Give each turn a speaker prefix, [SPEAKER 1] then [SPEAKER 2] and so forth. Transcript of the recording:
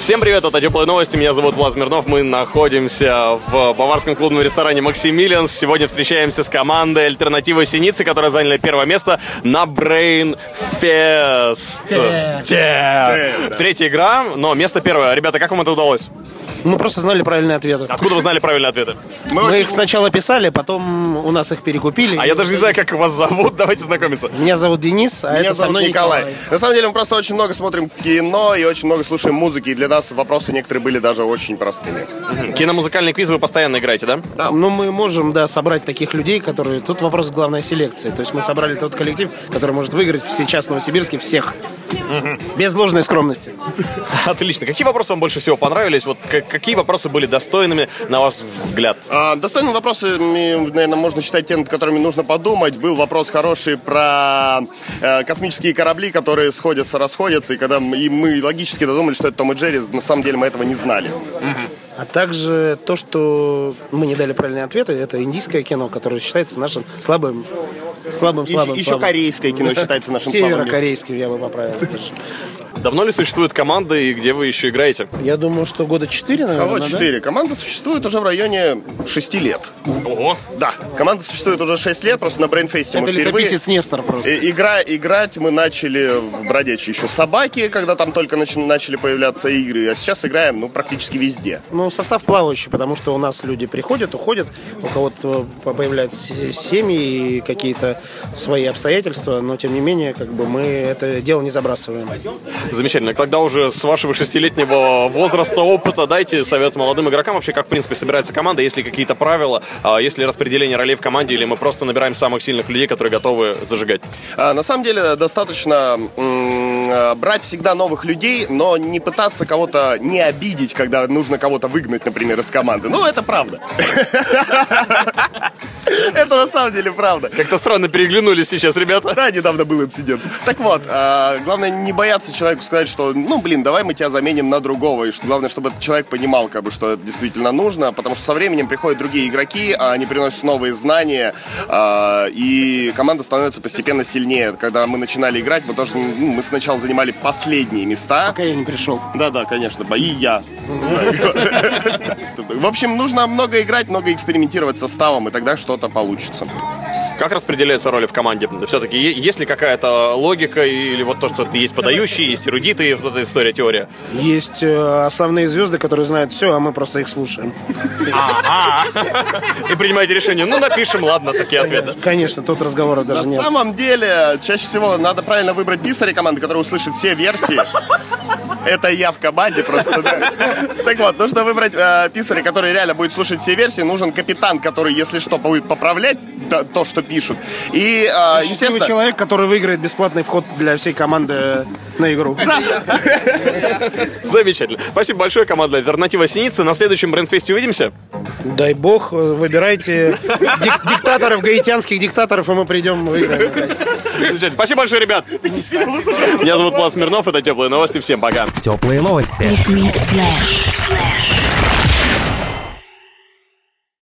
[SPEAKER 1] Всем привет, это Теплые Новости, меня зовут Влад Смирнов, мы находимся в баварском клубном ресторане «Максимилианс». Сегодня встречаемся с командой «Альтернатива Синицы», которая заняла первое место на Brain Fest. Те. Третья игра, но место первое. Ребята, как вам это удалось?
[SPEAKER 2] Мы просто знали правильные ответы.
[SPEAKER 1] Откуда вы знали правильные ответы?
[SPEAKER 2] Мы их сначала писали, потом у нас их перекупили.
[SPEAKER 1] А я даже не знаю, как вас зовут, давайте знакомиться.
[SPEAKER 2] Меня зовут Денис, а
[SPEAKER 3] Меня
[SPEAKER 2] это со
[SPEAKER 3] зовут
[SPEAKER 2] мной
[SPEAKER 3] Николай. На самом деле мы просто очень много смотрим кино и очень много слушаем музыки. И для нас вопросы некоторые были даже очень простыми.
[SPEAKER 1] Киномузыкальный квиз вы постоянно играете, да?
[SPEAKER 2] Николай. Ну, мы можем, да, собрать таких людей, которые... Тут вопрос главной селекции. То есть мы собрали тот коллектив, который может выиграть сейчас в Новосибирске всех. Без ложной скромности.
[SPEAKER 1] Отлично. Какие вопросы вам больше всего понравились? Вот к- какие вопросы были достойными, на ваш взгляд?
[SPEAKER 3] А, достойными вопросами, наверное, можно считать те, над которыми нужно подумать. Был вопрос хороший про э, космические корабли, которые сходятся, расходятся. И когда мы, и мы логически додумали, что это Том и Джерри, на самом деле мы этого не знали.
[SPEAKER 2] А также то, что мы не дали правильные ответы, это индийское кино, которое считается нашим слабым, слабым,
[SPEAKER 3] И-
[SPEAKER 2] слабым.
[SPEAKER 3] еще
[SPEAKER 2] слабым.
[SPEAKER 3] корейское кино считается нашим слабым местом.
[SPEAKER 2] Северокорейским, я бы поправил. даже.
[SPEAKER 1] Давно ли существует команда и где вы еще играете?
[SPEAKER 2] Я думаю, что года 4, наверное,
[SPEAKER 3] Вот
[SPEAKER 2] да?
[SPEAKER 3] четыре. Команда существует уже в районе 6 лет.
[SPEAKER 1] Ого!
[SPEAKER 3] Да, команда существует уже 6 лет, просто на Брейнфесте мы
[SPEAKER 2] Это
[SPEAKER 3] впервые...
[SPEAKER 2] летописец Нестор просто.
[SPEAKER 3] И- Игра, играть мы начали в бродячие еще собаки, когда там только нач- начали появляться игры, а сейчас играем, ну, практически везде.
[SPEAKER 2] Ну, состав плавающий, потому что у нас люди приходят, уходят, у кого-то по- появляются се- семьи и какие-то свои обстоятельства, но тем не менее, как бы мы это дело не забрасываем.
[SPEAKER 1] Замечательно. Тогда уже с вашего шестилетнего возраста, опыта дайте совет молодым игрокам вообще, как, в принципе, собирается команда, есть ли какие-то правила, а, есть ли распределение ролей в команде, или мы просто набираем самых сильных людей, которые готовы зажигать.
[SPEAKER 3] А, на самом деле достаточно м, а, брать всегда новых людей, но не пытаться кого-то не обидеть, когда нужно кого-то выгнать, например, из команды. Ну, это правда. Это на самом деле правда.
[SPEAKER 1] Как-то странно переглянулись сейчас, ребята.
[SPEAKER 3] Да, недавно был инцидент. Так вот, а, главное не бояться человеку сказать, что, ну, блин, давай мы тебя заменим на другого. И что- главное, чтобы этот человек понимал, как бы, что это действительно нужно, потому что со временем приходят другие игроки, а они приносят новые знания, а, и команда становится постепенно сильнее. Когда мы начинали играть, мы тоже, ну, мы сначала занимали последние места.
[SPEAKER 2] Пока я не пришел.
[SPEAKER 3] Да, да, конечно, и я. В общем, нужно много играть, много экспериментировать с составом, и тогда что-то получится.
[SPEAKER 1] Как распределяются роли в команде? Все-таки есть ли какая-то логика, или вот то, что есть подающие, есть эрудиты, и вот эта история, теория?
[SPEAKER 2] Есть э, основные звезды, которые знают все, а мы просто их слушаем.
[SPEAKER 1] И принимаете решение, ну, напишем, ладно, такие ответы.
[SPEAKER 2] Конечно, тут разговоров даже
[SPEAKER 3] На
[SPEAKER 2] нет.
[SPEAKER 3] самом деле, чаще всего надо правильно выбрать писаря команды, который услышит все версии. Это я в команде просто. да. Так вот, нужно выбрать э, писаря, который реально будет слушать все версии. Нужен капитан, который, если что, будет поправлять то, то, что пишут. И, э,
[SPEAKER 2] Счастливый
[SPEAKER 3] естественно,
[SPEAKER 2] человек, который выиграет бесплатный вход для всей команды на игру.
[SPEAKER 1] Замечательно. Спасибо большое, команда «Альтернатива Синицы». На следующем Брендфесте увидимся.
[SPEAKER 2] Дай бог, э, выбирайте дик- диктаторов, гаитянских диктаторов, и мы придем выиграем.
[SPEAKER 1] Замечательно. Спасибо большое, ребят. Меня зовут Влад Смирнов, это «Теплые новости». Всем пока.
[SPEAKER 4] Теплые новости.
[SPEAKER 5] Liquid Flash.